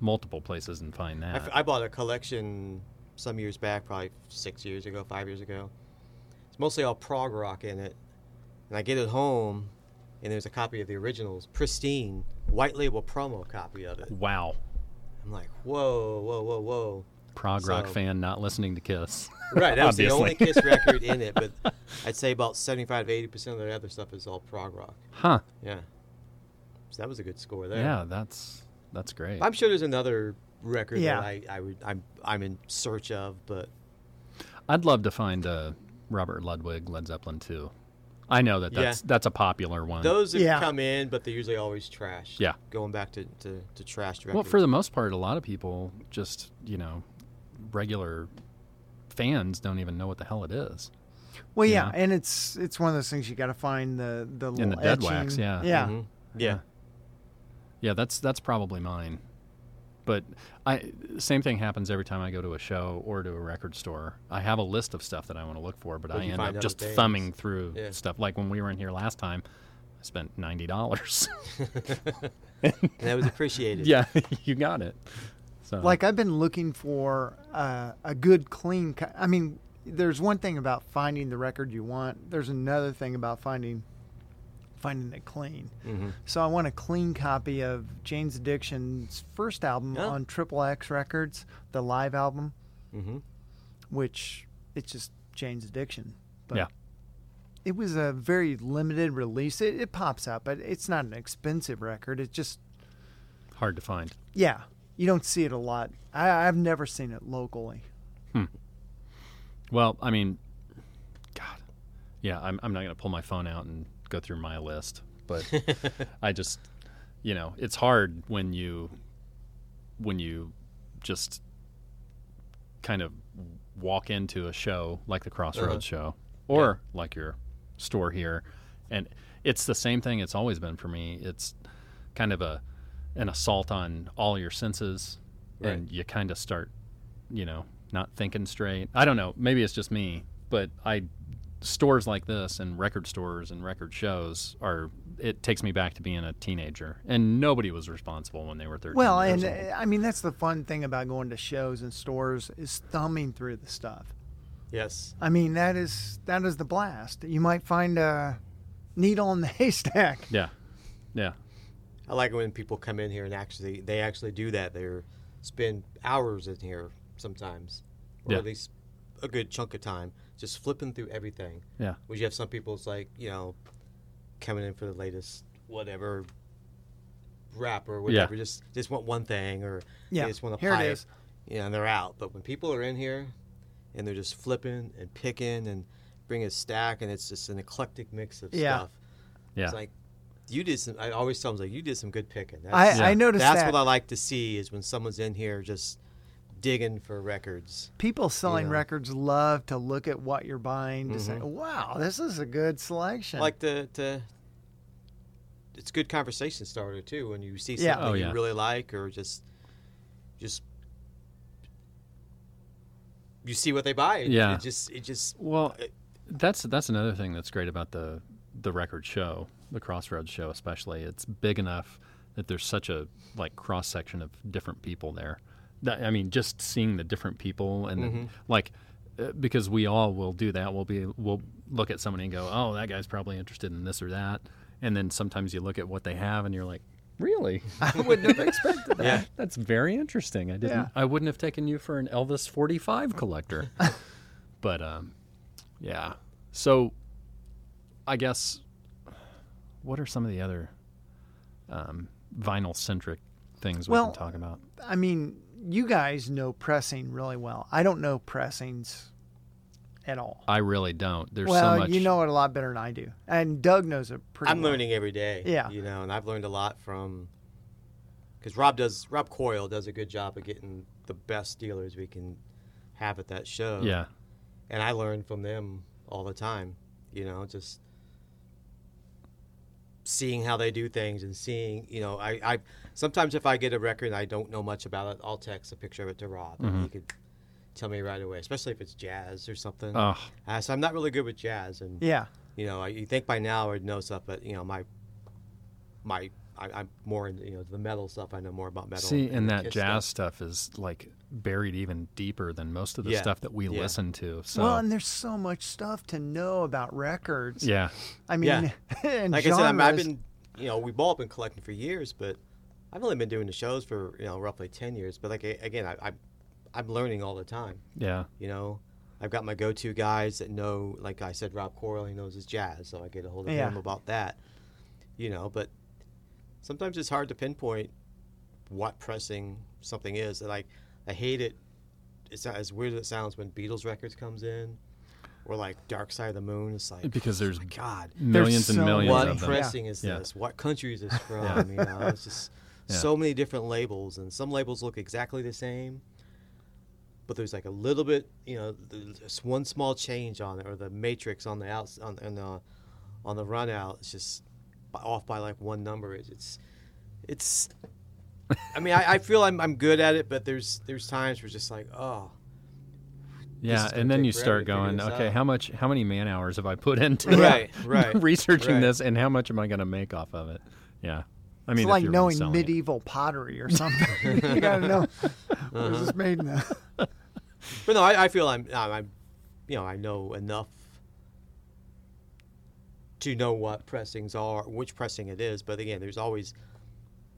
multiple places and find I that f I I bought a collection some years back, probably six years ago, five years ago. It's mostly all prog rock in it. And I get it home, and there's a copy of the originals, pristine, white label promo copy of it. wow I'm like, whoa, whoa, whoa, whoa. prog rock So- fan not listening to Kiss. <laughs> Right, that was the only <laughs> Obviously. Kiss record in it, but I'd say about 75 to 80% of the other stuff is all prog rock. Huh? Yeah. So that was a good score there. Yeah, that's that's great. I'm sure there's another record Yeah. that I, I would I'm I'm in search of, but I'd love to find uh, Robert Ludwig, Led Zeppelin too. I know that Yeah. that's that's a popular one. those have Yeah. come in, but they're usually always trash. Yeah. going back to to, to trash records. well, for the most part, a lot of people just you know regular fans don't even know what the hell it is. Well, Yeah. yeah, and it's it's one of those things you got to find the the the little dead wax, etching. yeah. yeah. Mhm. yeah, Yeah, that's that's probably mine. But I same thing happens every time I go to a show or to a record store. I have a list of stuff that I want to look for, but But I you end find up other just things. thumbing through Yeah. stuff. Like when we were in here last time, I spent ninety <laughs> dollars. <laughs> and that was appreciated. yeah, you got it. So Like I've been looking for uh, a good clean. Co- I mean, there's one thing about finding the record you want. There's another thing about finding finding it clean. hmm So I want a clean copy of Jane's Addiction's first album Yeah. on Triple X Records, the live album, hmm which it's just Jane's Addiction. Yeah. It was a very limited release. It, it pops up, but it's not an expensive record. It's just hard to find. Yeah, you don't see it a lot. I, I've never seen it locally. Well, I mean, God, yeah, I'm I'm not gonna pull my phone out and go through my list, but I just, you know, it's hard when you, when you, just, kind of walk into a show like the Crossroads Uh-huh. show or like your store here, and it's the same thing. It's always been for me. It's kind of a an assault on all your senses, and you kind of start you know, not thinking straight. I don't know. Maybe it's just me, but I stores like this and record stores and record shows are it takes me back to being a teenager and nobody was responsible when they were 13 Well, years and old. uh, I mean that's the fun thing about going to shows and stores is thumbing through the stuff. <laughs> Yes. I mean that is that is the blast. You might find a needle in the <laughs> haystack. yeah yeah I like it when people come in here and actually they actually do that. They are spend hours in here sometimes, or Yeah. at least a good chunk of time, just flipping through everything. Yeah. Which you have some people it's like you know coming in for the latest whatever rap or whatever. Just just want one thing or Yeah, they just want to here pie it it is. Yeah, and they're out. But when people are in here and they're just flipping and picking and bring a stack and it's just an eclectic mix of Yeah. stuff. Yeah. It's like you did some I always tell them like you did some good picking. I, That's, Yeah. I noticed that's that what I like to see is when someone's in here just digging for records. people selling Yeah. Mm-hmm. records love to look at what you're buying to say, "Wow, this is a good selection." Like the the it's a good conversation starter too when you see something Yeah. Oh, you yeah. really like or just just you see what they buy. It- Yeah. It just it just well that's that's another thing that's great about the the record show the crossroads show especially it's big enough that there's such a like cross section of different people there that, i mean just seeing the different people and then, like uh, because we all will do that we'll be we'll look at somebody and go oh that guy's probably interested in this or that and then sometimes you look at what they have and you're like really i wouldn't have expected that Yeah. that's very interesting i didn't Yeah. i wouldn't have taken you for an elvis 45 collector but um yeah. So I guess what are some of the other um, vinyl centric things we Well, can talk about? I mean, you guys know pressing really well. I don't know pressings at all. I really don't. There's well, so much. you know it a lot better than I do, and Doug knows it pretty. I'm well. learning every day. Yeah. You know, and I've learned a lot from because Rob does Rob Coyle does a good job of getting the best dealers we can have at that show. yeah. And I learn from them all the time. You know, just seeing how they do things and seeing you know I, I sometimes if I get a record and I don't know much about it I'll text a picture of it to Rob and he could tell me right away especially if it's jazz or something Oh, uh, so I'm not really good with jazz and Yeah, you know, I- you think by now I'd know stuff, but you know, my my I, I'm more into you know the metal stuff. I know more about metal. see, and the that Kiss jazz stuff. stuff. is like buried even deeper than most of the Yeah. stuff that we Yeah. listen to. So well, and there's so much stuff to know about records. yeah, I mean, Yeah. <laughs> and Like genres. I said, I'm, I've been you know we've all been collecting for years, but I've only been doing the shows for you know roughly ten years. But like a- again, I, I'm I'm learning all the time. yeah, You know, I've got my go-to guys that know, like I said, Rob Coyle. He knows his jazz, so I get a hold of Yeah. him about that. You know, but sometimes it's hard to pinpoint what pressing something is. And, Like I hate it. It's not- as weird as it sounds when Beatles records comes in, or like Dark Side of the Moon. It's like Because there's my God, millions and so millions much what of them. press- pressing is Yeah. this? What country is this from? Yeah. You know, it's just <laughs> Yeah. so many different labels, and some labels look exactly the same, but there's like a little bit, you know, th- just one small change on it, or the matrix on the outs on, on the on the run out. It's just b- off by like one number. It's it's, it's I mean, I, I feel I'm I'm good at it, but there's there's times where it's just like, oh, Yeah, is gonna and then take you forever start to figure going, this okay, out. how much, how many man hours have I put into <laughs> <laughs> Right, right, researching right. this, and how much am I going to make off of it? Yeah, I mean, it's if like you're knowing reselling it. medieval pottery or something. <laughs> you gotta know what was this made in? the- But no, I, I feel I'm, I'm, I'm, you know, I know enough to know what pressings are, which pressing it is. But again, there's always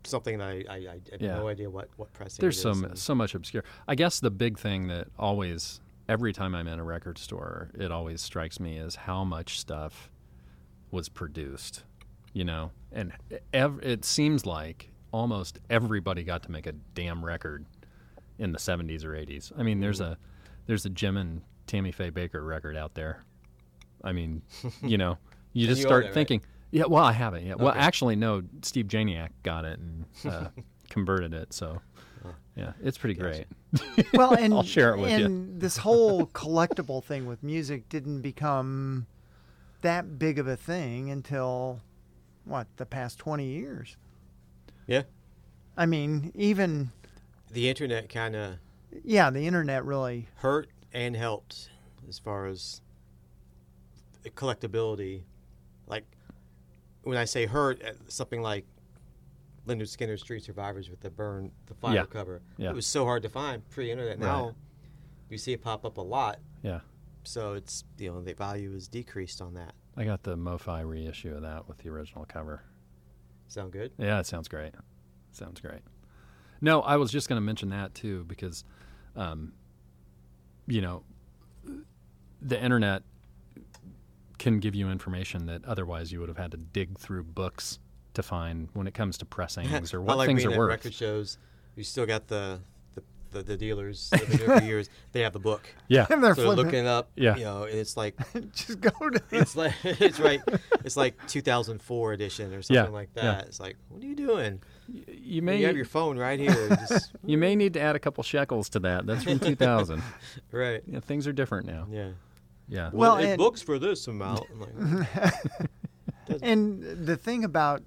something that I, I, I have Yeah. no idea what what pressing. There's it is some and- so much obscure. I guess the big thing that always every time I'm in a record store, it always strikes me is how much stuff was produced, you know. And e-, ev- it seems like almost everybody got to make a damn record in the 70s or 80s. I mean, there's a there's a Jim and Tammy Faye Baker record out there. I <laughs> mean, you know, you just you own start it, right? thinking, yeah, well, I haven't yet. Well, actually, no, Steve Janiak got it and <laughs> uh, converted it. So, yeah, it's pretty great. <laughs> Well, and I'll share it with you. and <laughs> this whole collectible thing with music didn't become that big of a thing until what the past twenty years. yeah. I mean, even The internet kind of yeah, the internet really <laughs> hurt and helped as far as the collectability. Like when I say hurt, uh, something like Leonard Skinner's Street Survivors with the burn, the fire Yeah. cover. Yeah. It was so hard to find pre-internet. Now you see it pop up a lot. Yeah, So it's you know the value is decreased on that. I got the MoFi reissue of that with the original cover. Sound good? Yeah, it sounds great. Sounds great. No, I was just going to mention that too because, um, you know, the internet can give you information that otherwise you would have had to dig through books to find when it comes to <laughs> pressings or I what like things being are at worth. record shows. You still got the the, the, the dealers that have <laughs> been there for years. They have the book. Yeah, <laughs> and they're So they're flipping. <laughs> looking it up. Yeah. You know, and it's like Just go to <laughs> it's like <laughs> it's right. It's like 2004 edition or something Yeah, like yeah. that. It's like what are you doing? you may You have your phone right here. Just, <laughs> You may need to add a couple shekels to that. That's from <laughs> 2000. right. yeah, things are different now. Yeah. Yeah. Well, Well, it and- books for this amount. I'm <laughs> like, And the thing about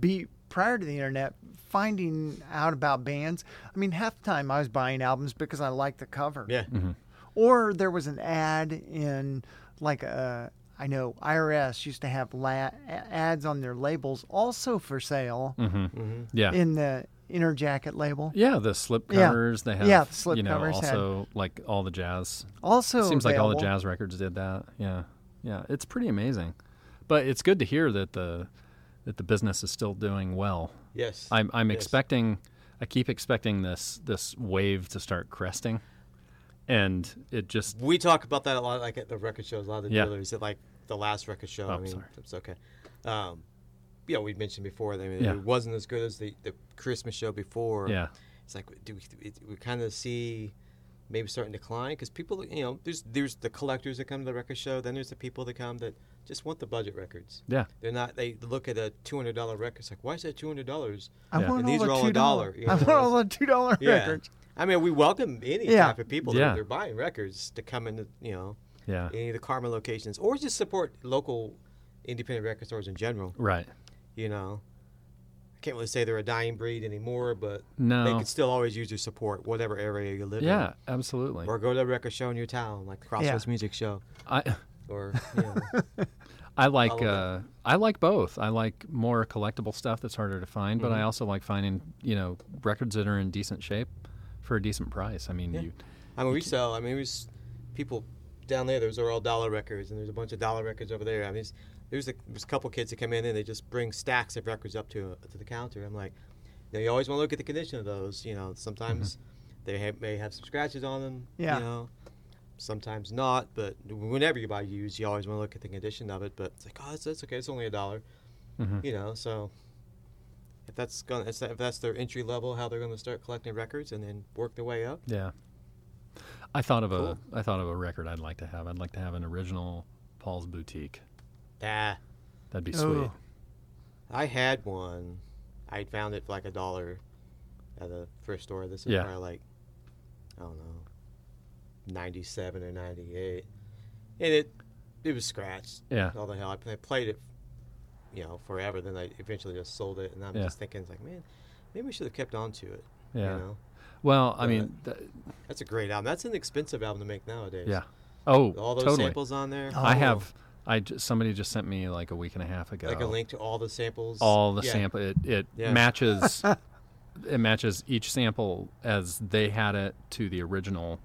be prior to the internet, finding out about bands. I mean, half the time I was buying albums because I liked the cover. yeah. Mm-hmm. Or there was an ad in like a I know IRS used to have la- a- ads on their labels also for sale Mm-hmm. Yeah. in the inner jacket label. yeah, the slip Yeah. covers they have. Yeah, the slip you know, covers had- also like all the jazz. Also seems like all the available. jazz records did that. Yeah. Yeah, it's pretty amazing. But it's good to hear that the that the business is still doing well. Yes. I'm I'm Yes. expecting I keep expecting this this wave to start cresting. And it just We talk about that a lot, like at the record shows. A lot of the Yeah. Oh, dealers at like the last record show. I mean, sorry. it's okay. Um, yeah, we mentioned before. that I mean, Yeah. it wasn't as good as the, the Christmas show before. yeah. it's like do we, it, we kind of see maybe starting to decline because people, you know, there's there's the collectors that come to the record show. Then there's the people that come that just want the budget records. Yeah. They're not. They look at a two hundred dollar record. It's like, why is that two hundred dollars? I Yeah. want And all these the are all $2. a dollar, you I know, want all the two dollar records. I mean, we welcome any Yeah. type of people Yeah. that they're buying records to come into, you know, Yeah. any of the Karma locations, or just support local independent record stores in general. Right. You know, I can't really say they're a dying breed anymore, but they No. can still always use your support, whatever area you live Yeah, absolutely. in. Or go to a record show in your town, like the Crossroads Yeah. Music Show, I or you know, I like of it. uh, I like both. I like more collectible stuff that's harder to find, but Mm-hmm. I also like finding you know records that are in decent shape for a decent price. I mean, you, I mean, we sell. I mean, we s- people down there. Those are all dollar records, and there's a bunch of dollar records over there. I mean, it's, there's a, there's a couple kids that come in and they just bring stacks of records up to to the counter. I'm like, you, know, you always want to look at the condition of those. You know, sometimes they ha- may have some scratches on them. Yeah. You know, sometimes not. But whenever you buy used, you always want to look at the condition of it. But it's like, oh, that's, that's okay. It's only a dollar. You know, so if that's going if that's their entry level, how they're going to start collecting records and then work their way up. Yeah. I thought of Cool. a I thought of a record I'd like to have. I'd like to have an original Paul's Boutique. Nah, That'd be Oh. sweet. I had one. I found it for like a dollar at the first store. This is Yeah. probably like I don't know, ninety seven or ninety eight, and it it was scratched. Yeah. all the hell. I, I played it, you know, forever. Then I eventually just sold it, and I'm Yeah. just thinking, it's like, man, maybe we should have kept on to it. Yeah. You know, Well, I But- mean, th- that's a great album. That's an expensive album to make nowadays. Yeah. oh, All those totally. samples on there. I Oh. have. I j- somebody just sent me like a week and a half ago. like a link to all the samples. All the Yeah. sample. It, it Yeah. <laughs> matches. it matches each sample as they had it to the original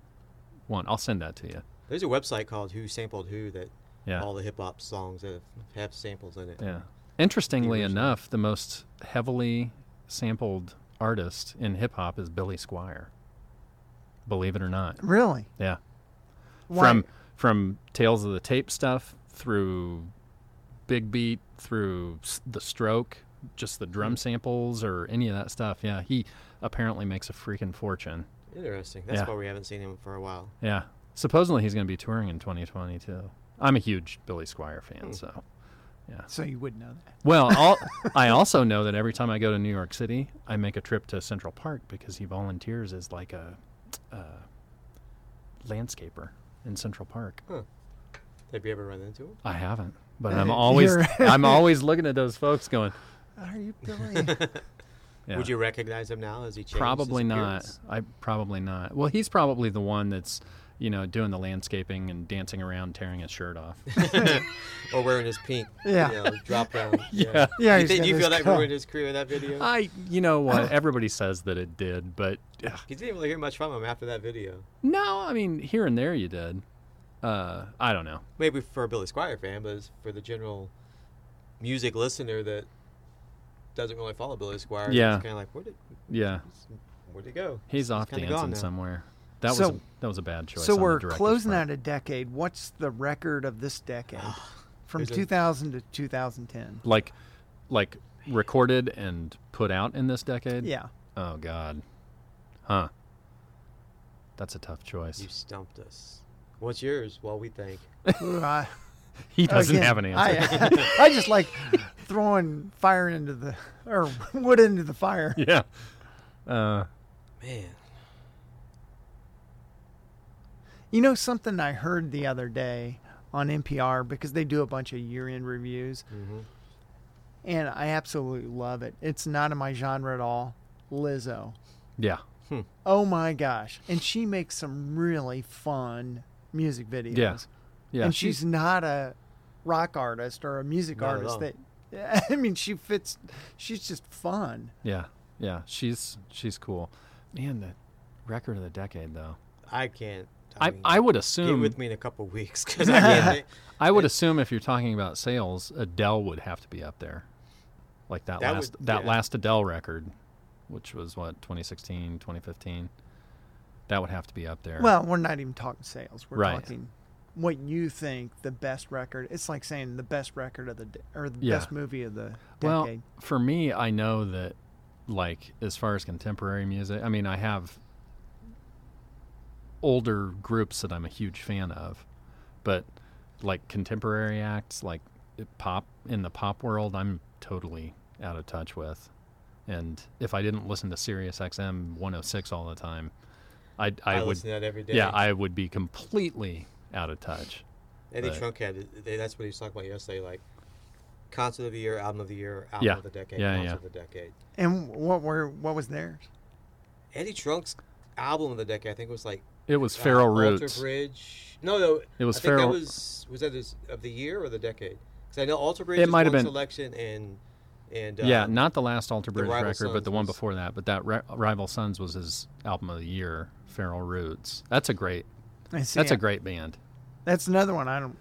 one. I'll send that to you. There's a website called Who Sampled Who that Yeah. all the hip hop songs that have samples in it. Yeah. Interestingly original. enough, the most heavily sampled artist in hip hop is Billy Squire. Believe it or not. Really? Yeah. Why? From from Tales of the Tape stuff through Big Beat through s- the Stroke, just the drum samples or any of that stuff. Yeah, he apparently makes a freaking fortune. Interesting. That's Yeah. why we haven't seen him for a while. Yeah. Supposedly he's going to be touring in 2022. I'm a huge Billy Squire fan, so so you would know that. Well, all, I also know that every time I go to New York City, I make a trip to Central Park because he volunteers as like a, uh landscaper in Central Park. Have you ever run into him? I haven't, but I'm always You're- <laughs> I'm always looking at those folks going. Are you <laughs> Billy? Yeah, Would you recognize him now? Has he changed? his probably not. appearance? I probably not. Well, he's probably the one that's you know doing the landscaping and dancing around, tearing his shirt off. <laughs> <laughs> Or wearing his pink, Yeah. you know, <laughs> drop down. Yeah. Yeah, You, he's think, got you his feel that cut. Uh, ruined his career that video? I you know what everybody says that it did, but ugh, You didn't really hear much from him after that video. no, I mean here and there you did. Uh, I don't know. Maybe for a Billy Squire fan, but it's for the general music listener that doesn't really follow Billy Squire, Yeah. it's kind of like, where did Yeah. where'd he go? He's off kinda dancing gone now. somewhere. That was a, So- that was a bad choice. so on the we're director's closing part. out a decade. What's the record of this <sighs> decade? From There's a- 2000 to 2010. like like recorded and put out in this decade. <sighs> Yeah. Oh God. Huh. That's a tough choice. You stumped us. What's yours? Well, we think. Ooh, I- he doesn't Uh, Again, have an answer. Oh, I, <laughs> I just like throwing fire into the or <laughs> wood into the fire. <laughs> yeah. Uh, Man, You know something I heard the other day on NPR because they do a bunch of year-end reviews, Mm-hmm. Mhm. and I absolutely love it. It's not in my genre at all. Lizzo. yeah. Oh my gosh! And she makes some really fun music videos. Yeah. Yeah. and she's not a rock artist or a music Not at all. artist that <laughs> I mean she fits she's just fun. yeah. Yeah. She's she's cool. Man, the record of the decade though. I can't. I, mean, I would get assume with me in a couple <laughs> weeks because I can't. I would assume if you're talking about sales, Adele would have to be up there. Like that, That last would- that yeah. last Adele record, which was what 2016, 2015. That would have to be up there. Well, we're not even talking sales. We're Right. talking what you think the best record. It's like saying the best record of the de- or the Yeah. best movie of the Well, decade. for me, I know that like as far as contemporary music, I mean, I have older groups that I'm a huge fan of, but like contemporary acts like pop in the pop world, I'm totally out of touch with. And if I didn't listen to Sirius XM 106 all the time, I I, I, would listen to that every day. yeah, I would be completely out of touch. Eddie but- Trunk had. That's what he was talking about yesterday. Like concert of the year, album of the year, album Yeah. of the decade, Yeah, concert yeah. of the decade. And what were what was theirs? Eddie Trunk's album of the decade, I think, was like It was Feral uh, Alter Roots. Bridge. No, no. It was I think Feral- That was was that his, of the year or the decade? Because I know Alter Bridge. It is might have one been- selection and and yeah, um, not the last Alter Bridge Rival record, but Sons the one was- before that. But that Ri- Rival Sons was his album of the year, Feral Roots. That's a great. I see. That's a great band. That's another one I don't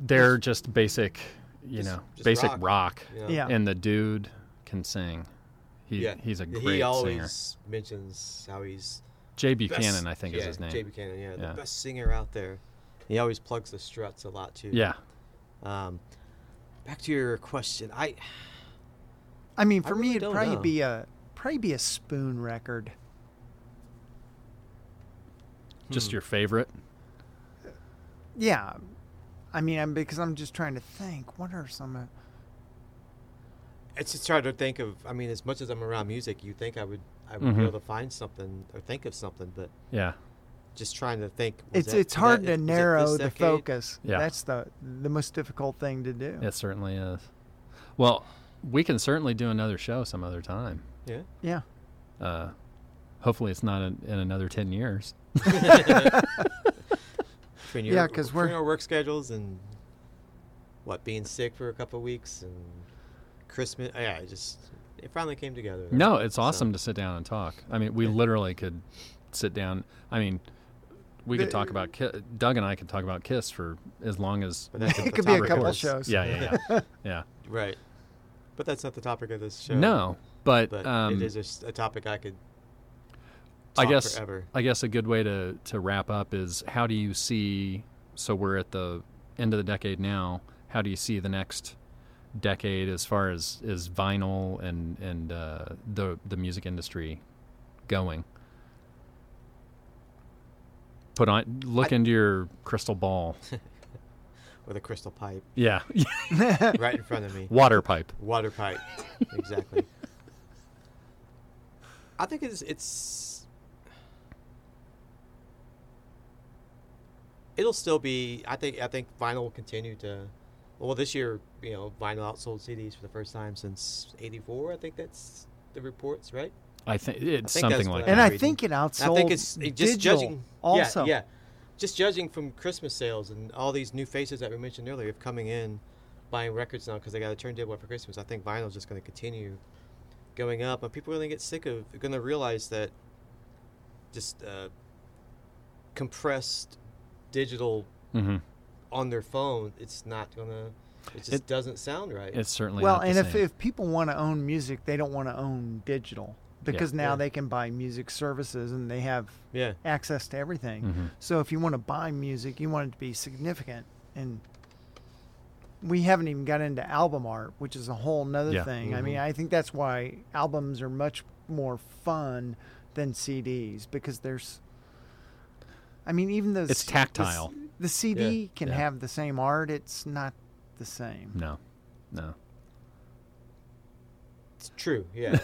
They're just basic, you Just- know, just basic rock. rock. you know, Yeah. And the dude can sing. He yeah. he's a He great singer. always mentions how he's Jay best- Buchanan, I think, yeah, is his name. Jay Buchanan, yeah, Yeah. the best singer out there. He always plugs the Struts a lot too. yeah, Um, back to your question, I I mean, for really me, it'd don't probably know. be a probably be a spoon record. Just your favorite. Yeah, I mean, I'm because I'm just trying to think. What are some? of- It's just hard to think of. I mean, as much as I'm around music, you think I would I would Mhm. be able to find something or think of something, but Yeah. just trying to think. was It's that- it's was hard that- to was it this narrow the decade? focus. Yeah. that's the the most difficult thing to do. It certainly is. Well, we can certainly do another show some other time. Yeah. Yeah. Uh, hopefully, it's not in, in another 10 <laughs> years. <laughs> Between your, Yeah, 'cause between we're- our work schedules and what being sick for a couple of weeks and Christmas. uh, Yeah, it just it finally came together. No, it's So- awesome to sit down and talk. I mean, we literally could sit down. I mean, we could The- talk about Ki- Doug and I could talk about Kiss for as long as. But that's <laughs> <laughs> It not the could be a topic couple of this- shows. Yeah, yeah, yeah, yeah. Right. But that's not the topic of this show. No, but, But um, it is a s- a, topic I could. I talk guess- forever. I guess a good way to, to wrap up is how do you see, so we're at the end of the decade now, how do you see the next decade as far as, as vinyl and, and uh, the, the music industry going? Put on, look into your crystal ball. with a crystal pipe <laughs> Yeah. right in front of me. <laughs> Water pipe. Water pipe. exactly. I think it's it's it'll still be I think I think vinyl will continue to well this year, you know, vinyl outsold CDs for the first time since 84. I think that's the reports, right? I think it's think something that's like what that. <laughs> and I reading. think it outsold I think it's it just digital judging also. Yeah, yeah. Just judging from Christmas sales and all these new faces that we mentioned earlier of coming in, buying records now because they got a turntable for Christmas. I think vinyl's just going to continue going up, and people are going to get sick of going to realize that just uh, compressed digital hmm on their phone, it's not going to. It just It- doesn't sound right. It's certainly Well, not the and if, same. if people want to own music, they don't want to own digital because now Yeah. they can buy music services and they have yeah, access to everything. Mhm. So if you want to buy music, you want it to be significant. And we haven't even got into album art, which is a whole nother Yeah. Mm-hmm. thing. I mean, I think that's why albums are much more fun than CDs because there's. I mean, even though It's the- tactile. the CD can Yeah. have the same art. It's not the same. No, no. It's true, <laughs> yeah.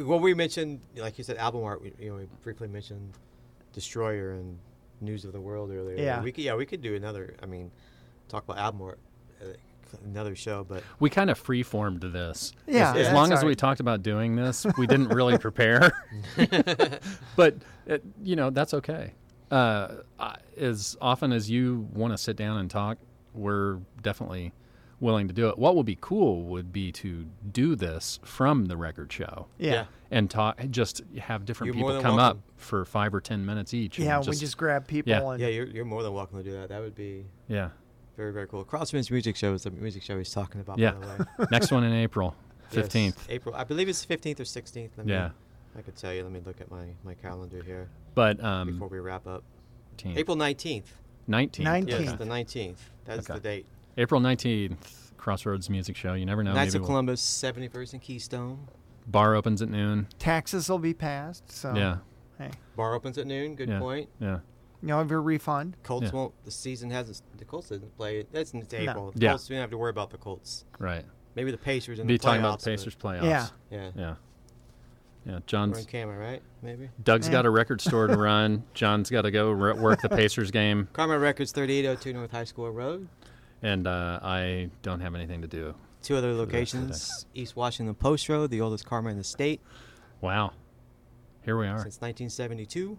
well, we mentioned, like you said, album art. We, you know, we briefly mentioned Destroyer and News of the World earlier. Yeah. we could, yeah, we could do another. I mean, talk about album art, uh, another show. But We kind of free-formed this. Yeah, As, as that's long as all we right. talked about doing this, <laughs> we didn't really prepare. but it, you know that's okay. Uh, I- as often as you want to sit down and talk, we're definitely willing to do it. What would be cool would be to do this from the record show Yeah. and talk. Just have different You're more people than come welcome. up for five or ten minutes each. Yeah, and we just grab people yeah. yeah, and yeah, you're, you're more than welcome to do that. That would be yeah very, very cool. Crossman's music show is the music show he's talking about. yeah. By the <laughs> way. Next one in April, <laughs> Yes, fifteenth. April. I believe it's fifteenth or sixteenth. Yeah. I could tell you. Let me look at my my calendar here But before um, we wrap up. 19th. April nineteenth. 19th. Yes, 19th. the nineteenth. That's Okay. the date. April 19th, Crossroads Music Show. You never know. Knights of we'll- Columbus, 71st and Keystone. Bar opens at noon. taxes will be passed. So Yeah, hey, Bar opens at noon. Good Yeah. point. yeah. you'll have your refund. Colts Yeah. won't. The season hasn't. The Colts didn't play. That's in No. April. The Yeah. Colts. We don't have to worry about the Colts. Right. Maybe the Pacers and Be the playoffs. talking about the but- Pacers playoffs. Yeah. Yeah. Yeah. Yeah. We're in John's camera, right? Maybe. Doug's Eh. got a record store to run. John's got to go re- work the Pacers game, Karma Records, 3802 North High School Road. and uh, I don't have anything to do. Two other the rest of the locations: East Washington Post Road, the oldest Karma in the state Wow. Here we are. since 1972,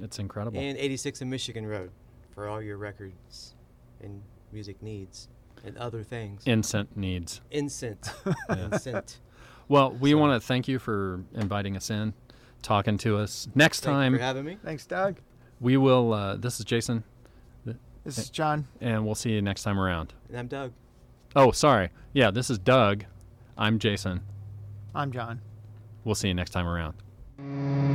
It's incredible. and 86 in Michigan Road for all your records and music needs and other things. Incent needs. <laughs> Incent. Incent. Well, we So- want to thank you for inviting us in, talking to us. Next Thank time you for having me. Thanks, Doug. we will. Uh, this is Jason, This is John. and we'll see you next time around. And I'm Doug. Oh, sorry. Yeah, this is Doug. I'm Jason. I'm John. We'll see you next time around.